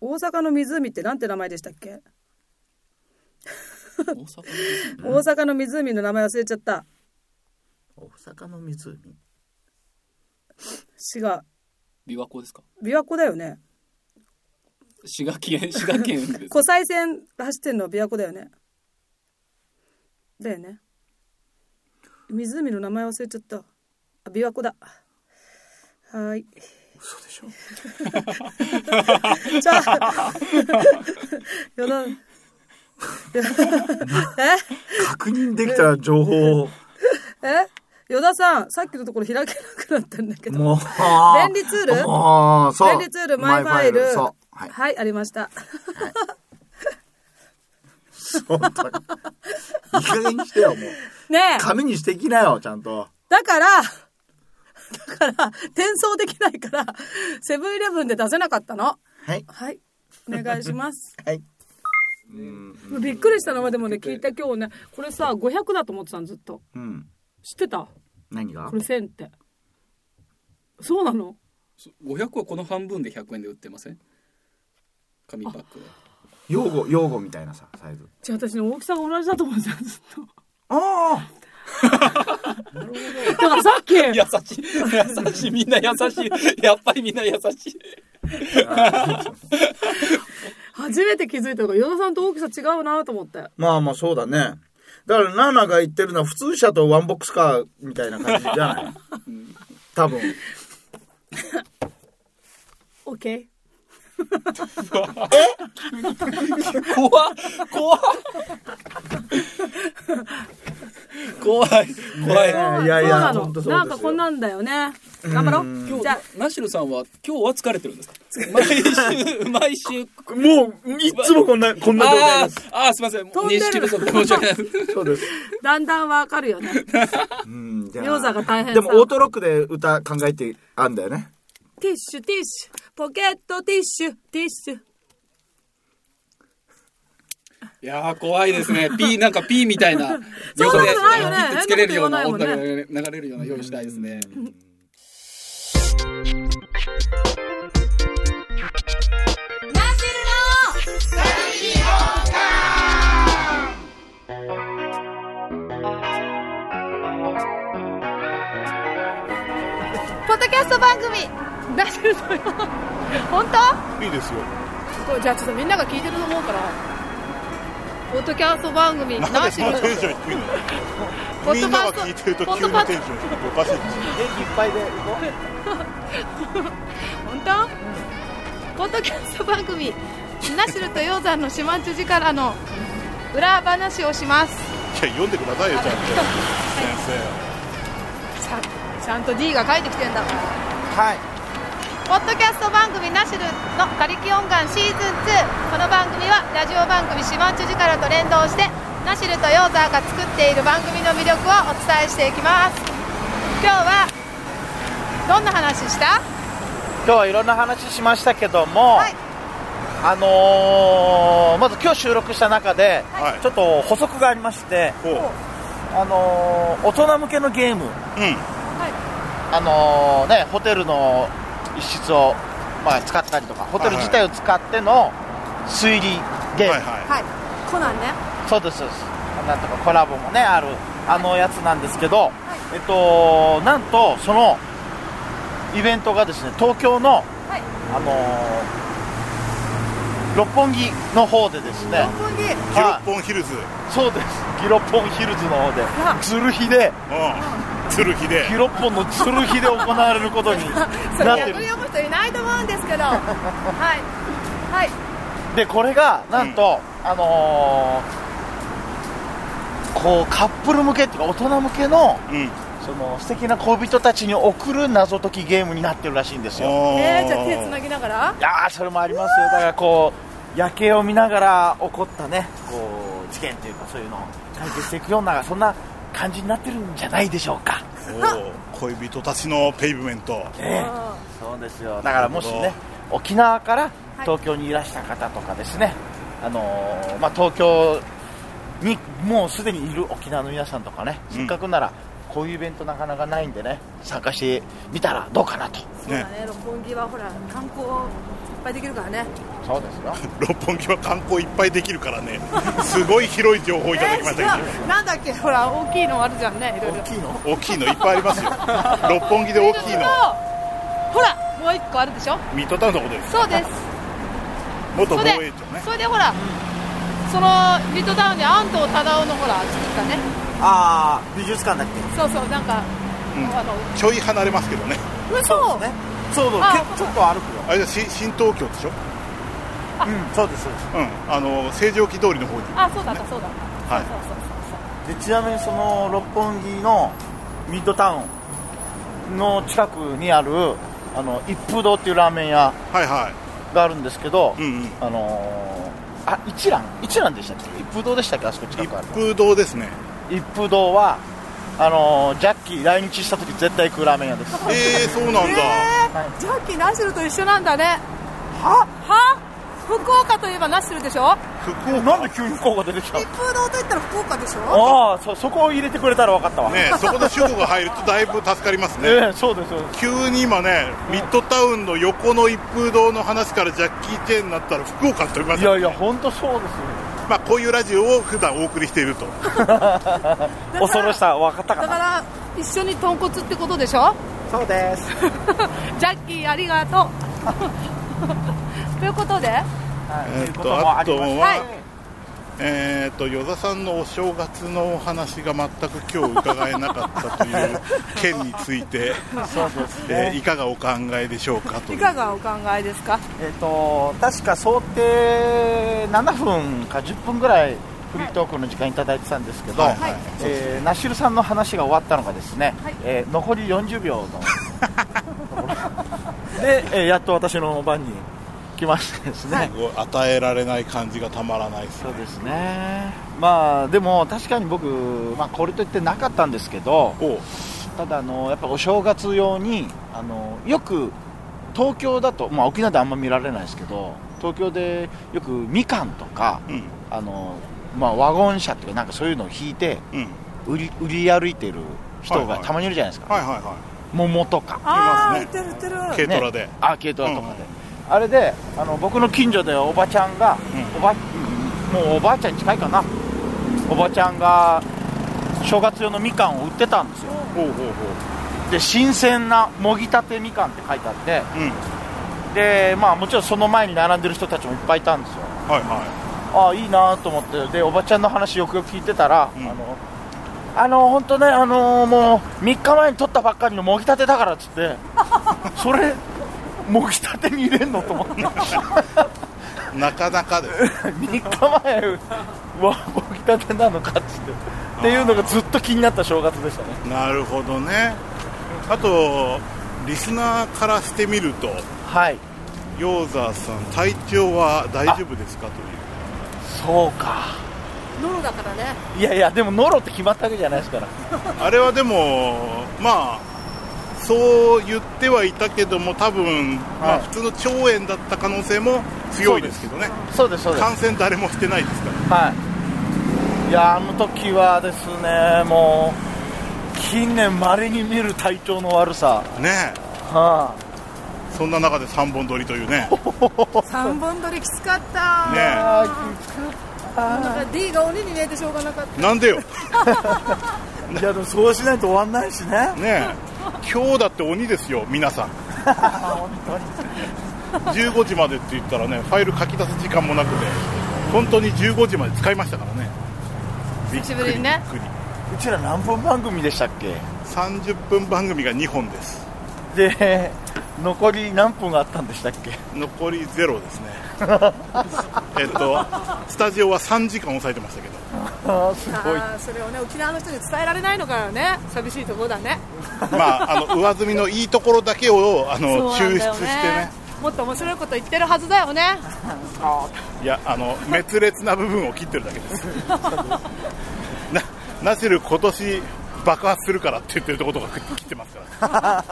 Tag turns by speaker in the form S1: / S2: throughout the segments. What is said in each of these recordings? S1: 大阪の湖ってなんて名前でしたっけ、
S2: 大阪の湖
S1: 大阪の湖の名前忘れちゃった
S2: 大阪の湖
S1: 滋賀
S3: 琵琶湖ですか
S1: 琵琶湖だよね
S3: 滋賀 県滋賀県です
S1: 湖西線走ってるのは琵琶湖だよねだよね湖の名前忘れちゃったあ琵琶湖だはーい
S2: 嘘でしょ
S1: じゃあ余 談え
S2: 確認できた情報 を
S1: え与田さんさっきのところ開けなくなったんだけど
S2: もう
S1: 便利ツール
S2: もうそう
S1: 便利ツールマイファイル
S2: マそうは
S1: はいい、ありました
S2: 本当にいい加減にしてよもう
S1: ねえ
S2: 紙にしてきなよちゃんと
S1: だからだから転送できないからセブンイレブンで出せなかったの
S2: はい
S1: はいお願いします
S2: はいうん
S1: びっくりしたのはでもね聞いた今日ねこれさ500だと思ってたのずっと
S2: うん
S1: 知ってた
S2: 何が
S1: これ1000ってそうなの
S3: 500はこの半分で100円で売ってません紙パックで
S2: 用語用語みたいなさサイズ
S1: 違う私ね大きさが同じだと思ってたのずっと
S2: あ
S1: だからさっき
S3: 優しい優しいみんな優しいやっぱりみんな優しい
S2: あ
S1: 初めて気づいたのが与田さんと大きさ違うなと思って
S2: まあまあそうだねだからナナが言ってるのは普通車とワンボックスカーみたいな感じじゃ ない多分
S1: OK
S3: 怖っ怖っ怖い怖い、
S2: ねえいやい
S1: そうなの
S2: や本当そうですよ
S1: なんかこんなんだよね頑張ろう
S3: 今日
S1: じゃあ
S3: ナシルさんは今日は疲れてるんですか毎週毎週
S2: もういつもこんなこんな状態
S3: あ
S2: です
S3: ーあーすいません
S1: 飛んで
S3: 認
S1: る
S3: 識不足で申し訳ない
S2: そうです
S1: だんだんわかるよね
S2: うんじゃあ
S1: 餃子が大変
S2: で
S1: さ
S2: もオートロックで歌考えてあんだよね
S1: ティッシュティッシュポケットティッシュティッシュ
S3: いやー怖いですね P なんか P みたいな
S1: そんなことないよね
S3: 横で切ってつけれるような
S1: 変なこ
S3: 音
S1: と言わ
S3: 楽
S1: な
S3: が流れるような用意したいですね
S4: ポッドキャスト番組
S1: 出してると思う本当
S5: いいですよ
S1: これじゃあちょっとみんなが聞いてると思うからポッドキャスト番組ナシル
S5: テンション低いの
S1: ポッ
S5: み
S1: ド
S5: ん
S1: キ
S5: な
S1: ャ
S5: が
S1: スト
S5: 聞いてると
S1: ポッ
S5: 急
S1: ド
S5: に
S1: キャスト
S5: テンション低いおかしいですよ
S4: 本当ポッドキャスト番組ナシルと鷹山の島んちゅじからの裏話をします
S5: いや読んでくださいよちゃんと先
S4: ちゃんちゃんと D が書いてきてんだから
S2: はい
S4: ポッドキャスト番組ナシルの「他力音願シーズン2」この番組はラジオ番組「島んちゅじから」と連動してナシルとヨーザーが作っている番組の魅力をお伝えしていきます今日はどんな話した
S6: 今日はいろんな話しましたけども、
S4: はい
S6: あのーまず今日収録した中で、
S5: はい
S6: ちょっと補足がありまして、
S5: 生ほう
S6: あのー大人向けのゲーム、
S5: うん
S6: あのーね、ホテルの一室を、まあ、使ったりとかホテル自体を使っての推理ゲーム、
S5: はいは
S4: はいコナンね
S6: そうですそうですなんとかコラボもねあるあのやつなんですけど、えっとなんとそのイベントがですね東京の、
S4: はい
S6: あのー六本木の方でですね
S4: 本に
S5: いギロ
S6: は
S5: ッポンヒルズうん
S6: いそうですギロッポンヒルズの方で鶴ひで
S5: 鶴ひで
S6: ギロッポンの鶴ひで行われることに
S4: そ
S6: なっ
S4: れ
S6: て
S4: 逆
S6: る
S4: に読む人いないと思うんですけどはいはい
S6: でこれがなんと、あのーこうカップル向けっていうか大人向けの
S5: うん
S6: その素敵な恋人たちに送る謎解きゲームになってるらしいんですよ
S4: えー、じゃあ手つな
S5: ぎ
S4: ぎながら
S6: いやーそれもありますよだからこう夜景を見ながら起こったねこう事件というかそういうのを解決していくようなそんな感じになってるんじゃないでしょうか
S5: 恋人たちのペイブメント
S6: ねそうですよだからもしね沖縄から東京にいらした方とかですね、あのーまあ東京にもうすでにいる沖縄の皆さんとかね、
S5: うん
S6: せっかくならこういうイベントなかなかないんでね参加してみたらどうかなと
S1: そうだね六本木はほら観光いっぱいできるからね
S6: そうですよ
S5: 六本木は観光いっぱいできるからね、すごい広い情報をいただきましたけど。
S7: 違うなんだっけほら大きいのあるじゃんねいろいろ
S6: 大きいの
S5: 大きいのいっぱいありますよ六本木で大きいの
S7: ほらもう一個あるでしょ
S5: ミッドタウンのことです
S7: そうですそ
S5: 元防
S7: れ
S5: 衛
S7: で
S5: 庁ね
S7: それでほらそのミッドタウンに安藤忠雄のほら作ったね
S6: ああ美術館だっけ
S7: そうそうなんか、
S5: うん
S7: あの
S5: ちょい離れますけどね
S7: 嘘
S6: そうですねそうそう
S7: あ
S6: けちょっと歩くよ
S5: あれじゃ新新東京でしょ
S6: うんそうですそうで
S5: うんあの成城記通りの方に
S7: あそうだったそうだった
S5: はい
S7: そうそうそう
S6: すでちなみにその六本木のミッドタウンの近くにあるあの一風堂っていうラーメン屋
S5: はいは
S6: があるんですけど、
S5: いうんうん
S6: あのー、あ一蘭一蘭でしたっけ一風堂でしたっけあそこ近
S5: 一
S6: くある
S5: 風堂ですね
S6: 一風堂はあのー、ジャッキー来日した時絶対行くラーメン屋です
S5: えー、そうなんだ、
S7: ジャッキーナシュルと一緒なんだねはは福岡といえばナシュルでしょ
S5: 福岡
S6: なんで急に福岡出てきたの
S7: 風堂といったら福岡でしょ
S6: ああそそこを入れてくれたら分かったわ、
S5: ねそこで主語が入るとだいぶ助かります
S6: え
S5: ね
S6: えそうですそうです
S5: 急に今ねミッドタウンの横の一風堂の話からジャッキー・チェーンになったら福岡って言います
S6: い
S5: よ
S6: やいや本当そうですよ
S5: まあこういうラジオを普段お送りしていると
S6: 恐ろしさ分かったか
S7: だか
S6: な
S7: ら一緒に豚骨ってことでしょ
S6: そうです
S7: ジャッキーありがと うということで
S6: はい
S5: えー
S6: という
S5: っと
S6: こともありまし
S5: あと
S6: て
S5: は
S7: はい
S5: えー、と与田さんのお正月のお話が全く今日伺えなかったという件につい て、
S6: そうです
S5: え
S6: ね
S5: ーいかがお考えでしょうかとい
S7: いうかがお考えですか
S6: えっ、と確か想定7分か10分ぐらいフリートークの時間いただいてたんですけど、
S5: はいはい
S6: えーナッシュルさんの話が終わったのがですね、
S7: はい
S6: えー残り40秒の ところで、えーやっと私の番に来ましてですね、
S5: 与えられない感じがたまらないです
S6: そうですねまあでも確かに僕、まあ、これといってなかったんですけど
S5: お
S6: ただあのやっぱお正月用にあのよく東京だと、まあ、沖縄であんま見られないですけど東京でよくみかんとか
S5: うん
S6: あの、まあ、ワゴン車とかなんかそういうのを引いて
S5: うん
S6: 売り売り歩いてる人
S5: はい
S6: が
S5: はい
S6: たまにいるじゃないですか、
S5: はいはいは
S6: 桃とか
S5: あー
S1: 売ってる売ってる
S5: い軽トラで、
S6: ねアーケードとかで、あれであの僕の近所でおばちゃんが、
S5: う
S6: おばもうおばあちゃんに近いかなおばちゃんが正月用のみかんを売ってたんですよ
S5: ほうほうほう
S6: で新鮮なもぎたてみかんって書いてあって
S5: うん
S6: でまあもちろんその前に並んでる人たちもいっぱいいたんですよ
S5: はいは
S6: ああいいなと思ってでおばちゃんの話よくよく聞いてたら、
S5: うん
S6: あのあの本当ねあのもう3日前に取ったばっかりのもぎたてだからっつって それもぎたてに入れんのと思って
S5: いなかなかです
S6: 3日前はもぎたてなのかっつってっていうのがずっと気になった正月でしたね
S5: なるほどねあとリスナーからしてみると
S6: はい
S5: ヨーザーさん体調は大丈夫ですかという
S6: そうか
S7: ノロだからね
S6: いやいやでもノロって決まったわけじゃないですから
S5: あれはでも、まあ、そう言ってはいたけども、多分、まあ、
S6: はい
S5: 普通の腸炎だった可能性も強いですけどね、
S6: そうですそうです
S5: 感染誰もしてないですから、
S6: はいいやあの時はですねもう近年まれに見る体調の悪さ
S5: ね
S6: は
S5: え、そんな中で3本撮りというね、
S1: 三本取りきつかった、
S6: い、
S5: ね
S6: あーきつかっ
S1: なんか D が鬼に見えてしょうがなかった
S5: え、なんでよ、
S6: たいやでもそうしないと終わんないしね
S5: ねえ、今日だって鬼ですよ、皆さん、
S6: 本当に
S5: 15時までって言ったらね、ファイル書き出す時間もなくて、本当に15時まで使いましたからね、
S7: 久しぶりにね
S5: びっくり
S6: うちら何分番組でしたっけ
S5: 30分番組が2本です、
S6: で残り何分あったんでしたっけ
S5: 残りゼロ ですねえっとスタジオは3時間抑えてましたけど
S6: あーすごい
S7: あーそれをね沖縄の人に伝えられないのからね寂しいところだね
S5: まああの上積みのいいところだけをあの
S7: そうな
S5: 抽
S7: ん
S5: 出
S7: だよ
S5: してね
S7: もっと面白いこと言ってるはずだよね
S5: いやあの滅裂な部分を切ってるだけです なナシル今年爆発するからって言ってるところとか切ってますから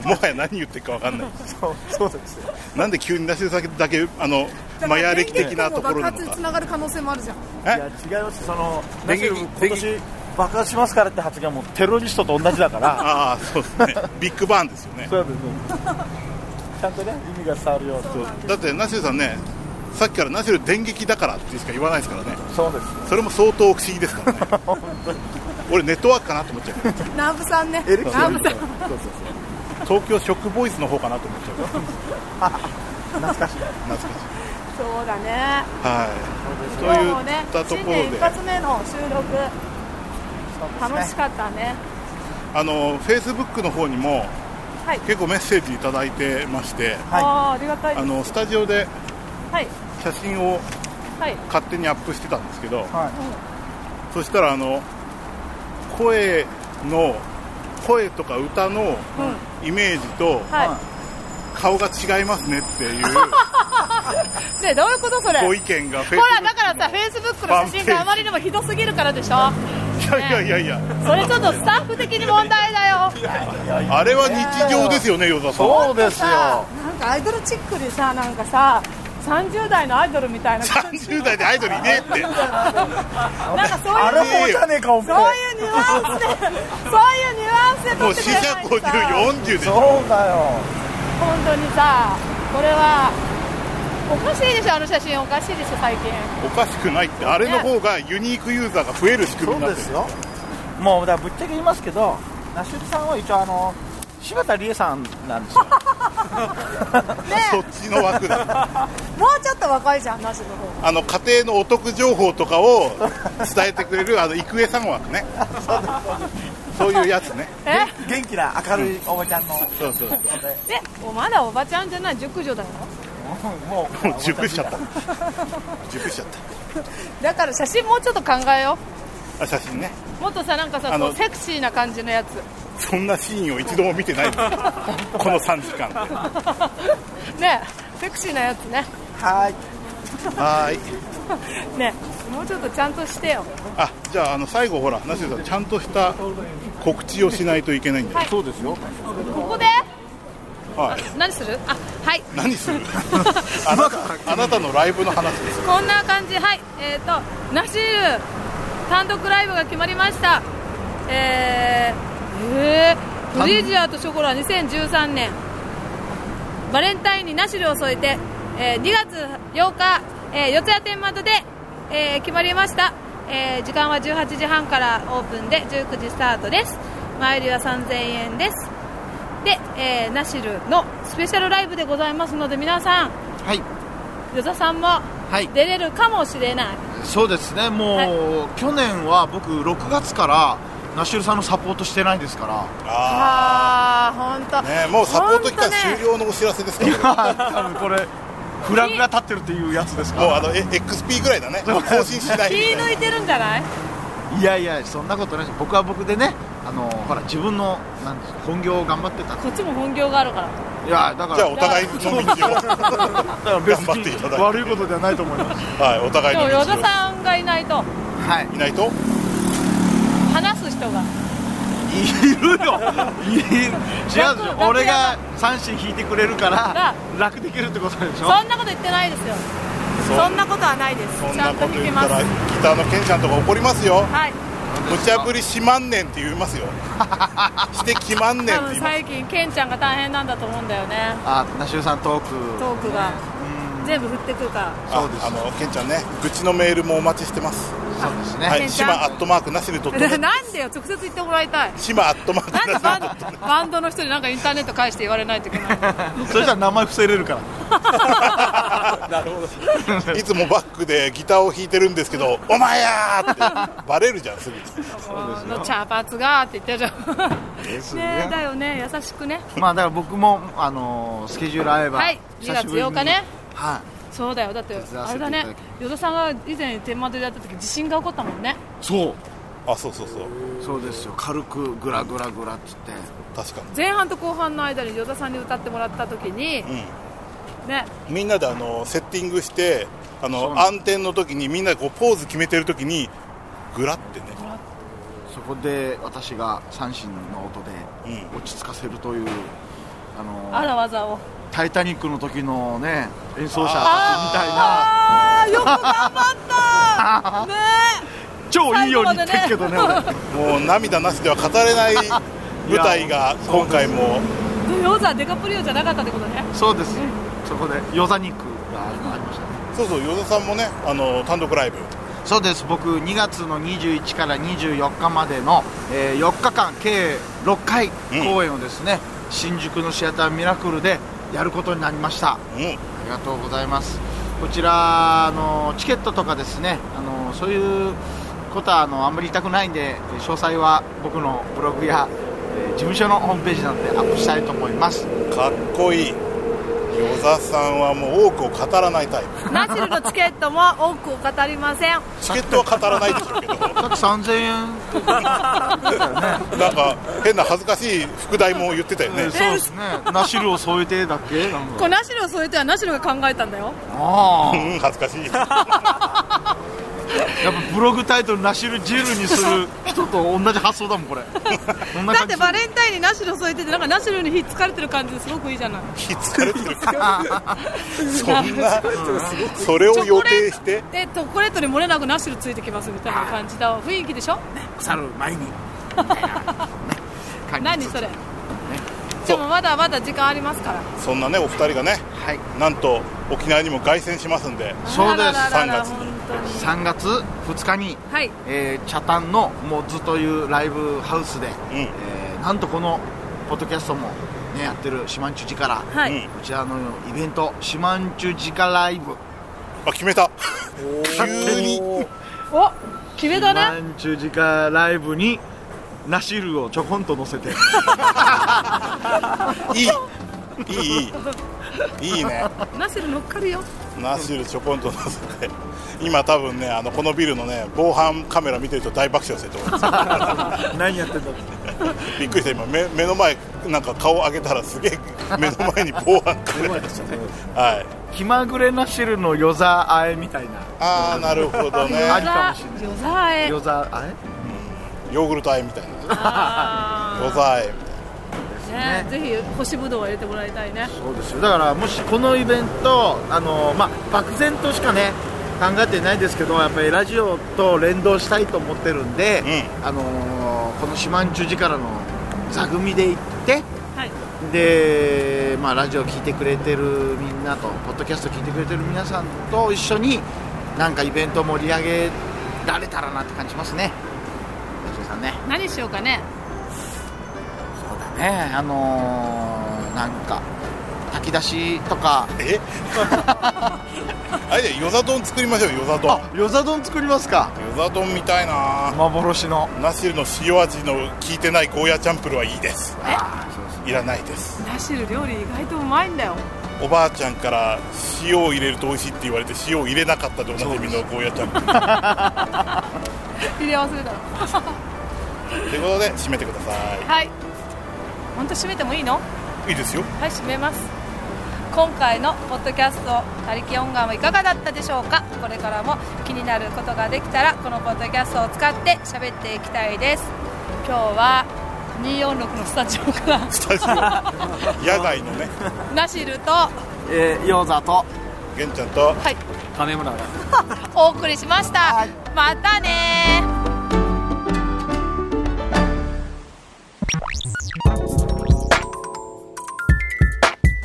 S5: もうもはや何言ってるか分かんない
S6: そうそうですよ
S5: なんで急にナシルさんだけあのマヤ歴的なところ
S1: 電
S5: な
S1: 撃
S5: の
S1: も爆発に
S5: か
S1: つながる可能性もあるじゃん
S6: いや違いますその
S5: 電撃
S6: ナシル今年爆発しますからって発言はもうテロリストと同じだから
S5: ああそうですねビッグバンですよね
S6: そうやって ちゃんとね意味が伝わるように
S5: だってナシルさんねさっきからナシル電撃だからってしか言わないですからね
S6: そうです
S5: それも相当不思議ですからね 俺ネットワークかなと思っちゃう
S4: 南部さんね
S6: エレキ
S4: 南部さん
S5: 東京ショックボーイズの方かなと思っちゃう懐かしい懐かしい
S4: そうだね
S5: はいと
S4: 今日
S5: い
S4: もね
S5: ったと
S4: 新
S5: ころ
S4: 年
S5: で
S4: 一発目の収録楽しかったね
S5: あのフェイスブックの方にも、
S4: はい
S5: 結構メッセージいただいてまして
S4: ああーありがたい
S5: あ
S4: はい
S5: のスタジオで
S4: はい
S5: 写真を
S4: はい
S5: 勝手にアップしてたんですけど、
S6: は
S5: そしたらあの声の声とか歌のイメージと顔が違いますねっていう
S4: ねえどういうことそれ
S5: ご
S4: ほ
S5: 意見がフェイスブック
S4: らだからさフェイスブックの写真があまりにもひどすぎるからでしょ
S5: いやいやいやいや
S4: それちょっとスタッフ的に問題だよ
S5: あれは日常ですよね与田さん
S6: そうです
S4: さ
S6: よ
S4: なんかアイドルチックでさなんかさ30代のアイドルみたいな感じ
S5: 30代でアイドルいねえって
S4: なんかそういう
S6: あれもじゃねえかお
S4: そう
S6: 前
S4: いうニュアンス でそういうニュアンスで
S5: も
S4: 撮
S5: う
S4: って
S5: 死
S4: く
S5: 者
S4: れないとさ
S5: 5040でしょ
S6: そうだよ
S4: 本当にさこれはおかしいでしょあの写真おかしいでしょ最近
S5: おかしくないってあれの方がユニークユーザーが増える仕組み
S6: そ
S5: にな
S6: う
S5: っ
S6: で
S5: てる
S6: すよもうだからぶっちゃけ言いますけどナシュリさんは一応あの柴田理恵さんなんですよ
S5: そっちの枠だ
S4: もうちょっと若いじゃんなしの方
S5: あの家庭のお得情報とかを伝えてくれるあの育英さん枠ねそういうやつね
S4: え
S6: 元気な明るいおばちゃんの、
S5: そうそうそう
S4: でおまだおばちゃんじゃない熟女だよ
S6: もう
S5: もう熟しちゃった熟しちゃっ
S4: だから写真もうちょっと考えよ
S5: たあ写真ね
S4: うもっとさなんかさ
S5: あの
S4: こうセクシーな感じのやつ
S5: そんなシーンを一度も見てないですこの3時間で
S4: ねセクシーなやつね
S6: はーい
S5: はーい
S4: ねもうちょっとちゃんとしてよ
S5: あじゃああの最後ほらナシュさんちゃんとした告知をしないといけないんで、
S6: そうですよ
S4: ここで
S5: はい、
S4: 何するあはい
S5: 何する あなたあなたのライブの話です
S4: こんな感じ、はい、えっ、と、ナシール単独ライブが決まりました。えー、えー、フリージアとショコラ2013年、バレンタインにナシルを添えて、えー2月8日、えー四谷天窓で、えー決まりました、えー時間は18時半からオープンで19時スタートです。前売りは3000円です。で、えーナシルのスペシャルライブでございますので、皆さん、
S2: はい
S4: 与田さんも
S2: はい
S4: 出れるかもしれない
S2: そうですねもう、去年は僕6月からナシュルさんのサポートしてないですから
S5: あ
S4: ああ本当
S5: あねもうサポート期間
S4: ほんとね
S5: 終了のお知らせですから、もう
S2: 多分これフラグが立ってるっていうやつです
S5: あ
S2: か
S5: のえ XP ぐらいだね更新しない
S4: 気抜いてるんじゃない
S2: いやいやそんなことないです僕は僕でねあのほら自分のなんですか本業を頑張ってたんで
S4: こっちも本業があるから
S2: いやだか
S5: じゃあ
S2: ら
S5: お互いの道を、
S2: だ から別
S5: 頑張っていただい
S2: に
S5: て
S2: 悪いことではないと思います
S5: はい、お互い
S4: で
S5: の
S4: も
S5: 道
S4: 与田さんがいないと
S2: はい
S5: をいないと
S4: 話す人が
S2: いるよいる違
S4: 楽
S2: う
S4: 楽
S2: 俺が三振引いてくれるから
S4: が
S2: 楽できるってことでしょ
S4: そんなこと言ってないですよ
S5: そ
S4: そんなことはないです
S5: そん
S4: ちゃ
S5: なんことと
S4: 聞
S5: 言
S4: き
S5: っ
S4: ま
S5: たら
S4: す
S5: ギターのケンちゃんとか怒りますよ
S4: はい
S5: 無茶ぶりしまんねんって言います よしてきまんねん
S4: 多
S5: って言
S4: 分
S5: います
S4: 最近ケンちゃんが大変なんだと思うんだよね
S2: あナシュルさんトーク
S4: トークが全部振ってくるから
S5: ああのケンちゃんね愚痴のメールもお待ちしてます
S2: そうですね、
S5: はい
S4: ケンちゃん
S5: 島アットマークなしでとって
S4: なんでよ直接言ってもらいたい
S5: 島アットマーク
S4: なん
S5: な
S4: で
S5: しで
S4: バンバンドの人になんかインターネット返して言われないといけないの
S2: それじゃ名前伏せれるから
S5: いつもバックでギターを弾いてるんですけ ど「お前や!」ってバレるじゃんすぐ
S4: の茶髪がって言ってるじゃん
S2: です
S4: ねえだよね優しくね
S2: まあだから僕もあのースケジュール合えば、
S4: はい
S2: 久
S4: 2
S2: し
S4: 月
S2: ぶりに
S4: 8日ね
S2: は
S4: そうだよだって
S2: 手伝わ
S4: あ
S2: せ
S4: れ
S2: ていただ
S4: だ
S2: き
S4: ね与田さんが以前天満でやった時地震が起こったもんね
S2: いそう
S5: あそうそうそう
S2: そうですよ軽くグラグラグラっつって
S5: 確かに
S4: 前半と後半の間に与田さんに歌ってもらった時に、ね
S5: みんなであのセッティングしてあ
S2: う
S5: の
S2: なん
S5: 暗転の時にみんなでこうポーズ決めてる時にグラってね
S2: そこで私が三振の音で
S5: う
S2: 落ち着かせるという、あのー
S4: あらわざを
S2: タイタニックの時のね演奏者たちみたいな
S4: あーよく頑張ったね
S2: 超いいように言ってるけどね俺
S5: もう涙なしでは語れない舞台が今回も
S4: 土曜座デカプリオじゃなかったって ことね
S2: そうですそこでヨザニックがありました
S5: そうそう与田さんもねあの単独ライブ
S2: そうです僕2月の21から24日までの、えー4日間計6回公演をですね、新宿のシアターミラクルでやることになりました
S5: うん
S2: ありがとうございます。こちらあのチケットとかですね、あのそういうことはあのあんまり言いたくないんで、えー詳細は僕のブログや、えー事務所のホームページなどでアップしたいと思います。
S5: かっこいい与田さんはもう多くを語らないタイプ
S4: ナシルのチケットも多くを語りません
S5: チケットは語らないでしょうけど
S2: さっき3000円、
S5: なんか変な恥ずかしい副題も言ってたよ
S2: そ
S5: ね
S2: うですね。ナシルを添えてだっけ？なん
S4: こ
S2: か
S4: れナシルを添えてはナシルが考えたんだよ
S2: あ
S5: う
S2: あ、
S5: ん恥ずかしい
S2: やっぱブログタイトルナシルジェルにす る人と同じ発想だもんこれ。こんな
S4: だっ
S2: 感
S4: て
S2: じ
S4: バレンタインにナシルを添えててなんかナシルにひっつかれてる感じですごくいいじゃない
S5: 気疲れてるそんなそれを予定して
S4: でチョコレートに漏れなくナシルついてきますみたいな感じだ雰囲気でしょ
S2: 腐る前 に。みたいな感
S4: 何
S2: じ
S4: それでもまだまだ時間ありますから
S5: そんなねお二人がね
S2: はい。
S5: なんと沖縄にも凱旋しますんで
S2: そうです
S4: あらららら
S5: 3月
S4: 本当
S2: 3
S4: に
S2: 月2日に、
S4: はい
S2: えー、茶炭のモッズというライブハウスで、
S5: うん
S2: えーなんとこのポッドキャストも、ね、やってる島んちゅじから、
S4: はい、
S5: うん
S2: こちらのイベント島んちゅじかライブ
S5: あ決めた急に
S4: お決めだ
S2: 島
S4: ね
S2: んちゅじかライブにナシルをちょこんと乗せて
S5: いいいいいいいいね
S4: ナシル乗っかるよ
S5: ナッシルちょこんと乗せて今多分ねあのこのビルのね防犯カメラ見てると大爆笑してると思いま す
S2: 何やってんだって
S5: びっくりした今目目の前なんか顔上げたらすげえ目の前に防犯カメラでしたねはい
S2: 気まぐれナシルの夜座あえみたいな
S5: ああなるほどね
S2: ありかもしれない
S4: よざえ
S2: 夜座あえ
S5: ヨーグルトあえみたいなロ
S4: あ
S5: ザあえ
S4: ーねぜひ干しぶどうを入れてもらいたいね
S2: そうですよだからもしこのイベントあの、まあ、漠然としかね考えてないですけどやっぱりラジオと連動したいと思ってるんで、あのこの島んちゅじからの座組で行って
S4: はい
S2: で、まあ、ラジオ聞いてくれてるみんなとポッドキャスト聞いてくれてる皆さんと一緒になんかイベント盛り上げられたらなって感じますね。ラジオさんね
S4: 何しようかね
S2: ねあのーなんか炊き出しとか
S5: えあれでよざ丼作りましょうよざ丼よ
S2: あ、よざ丼作りますか。
S5: ざ丼みたいな
S2: 幻の。
S5: ナッシルの塩味の効いてないゴーヤチャンプルはいいですいらないです
S4: ナシル料理意外とうまいんだよ
S5: おばあちゃんから塩を入れると美味しいって言われて塩を入れなかったと同じみのゴーヤチャンプル
S4: 入れ忘れたら
S5: ということで締めてくださ
S4: はい本当閉めてもいいの
S5: いいいですよ
S4: はい、締めます。今回のポッドキャスト、他力音楽はいかがだったでしょうか。これからも気になることができたら、このポッドキャストを使って喋っていきたいです。今日は246のスタジオから
S5: スタジオ野外のね
S4: ナシルと、は
S6: えー、ヨーザと
S5: 玄ちゃんと
S4: い、
S6: 金村が
S4: お送りしました。またね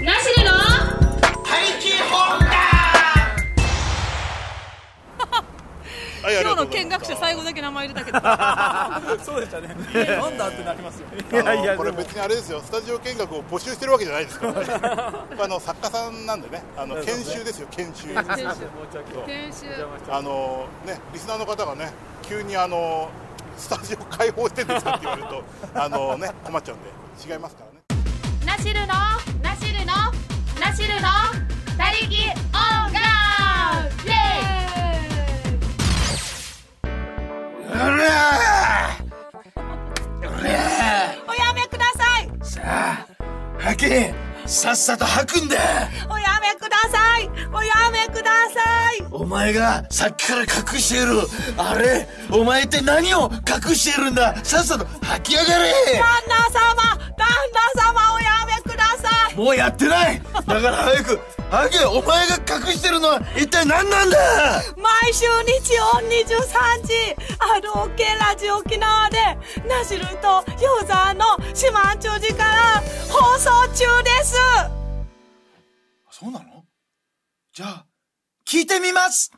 S4: ナシルの
S5: はいあり
S4: 今
S5: が
S4: 日
S5: とうござ
S4: の
S5: い
S4: 見
S5: ま
S4: 学
S5: し
S4: 者
S5: た
S4: 最後だけ名前入れたけど。
S8: そうでしたね。なんだってなりますよ。
S5: いやいやこれ別にあれですよスタジオ見学を募集してるわけじゃないですから、ね、これあの作家さんなんでねあの研修ですよ研 修
S4: 研修研修
S5: あのねリスナーの方がね急にあのスタジオ開放してんですかって言われるとあのね困っちゃうんで違いますからね
S7: ナシルのナシルのナシルの他力音楽イエーイ
S4: おやめください
S9: 吐けさっさと吐くんだ
S4: おやめくださいおやめください
S9: お前がさっきから隠してるあれお前って何を隠してるんださっさと吐き上がれ
S4: 旦那様旦那様おやめください
S9: もうやってないだから早く
S2: アゲお前が隠してるのは一体何なんだ
S4: 毎週日曜23時、あの、OK ラジオ沖縄で、ナシルとユーザーの島長寺から放送中です
S2: そうなのじゃあ聞いてみます